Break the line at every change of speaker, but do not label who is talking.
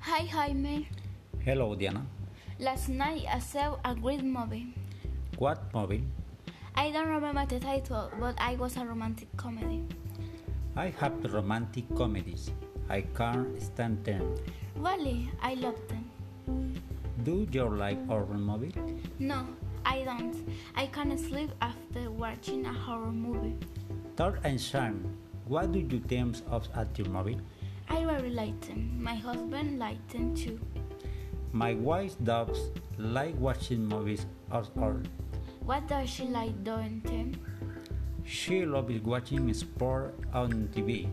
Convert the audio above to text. Hi Jaime,
Hello, Diana.
last night I saw a great movie.
What movie?
I don't remember the title, but I was a romantic comedy.
I have romantic comedies. I can't stand them.
Really, I loved them.
Do you like horror movies?
No, I don't. I can't sleep after watching a horror movie.
Third and Shame. What do you think of at your movie?
I really liked them. My husband liked them too.
My wife does like watching movies of horror.
What does she like doing, Tim?
She loves watching sport on TV.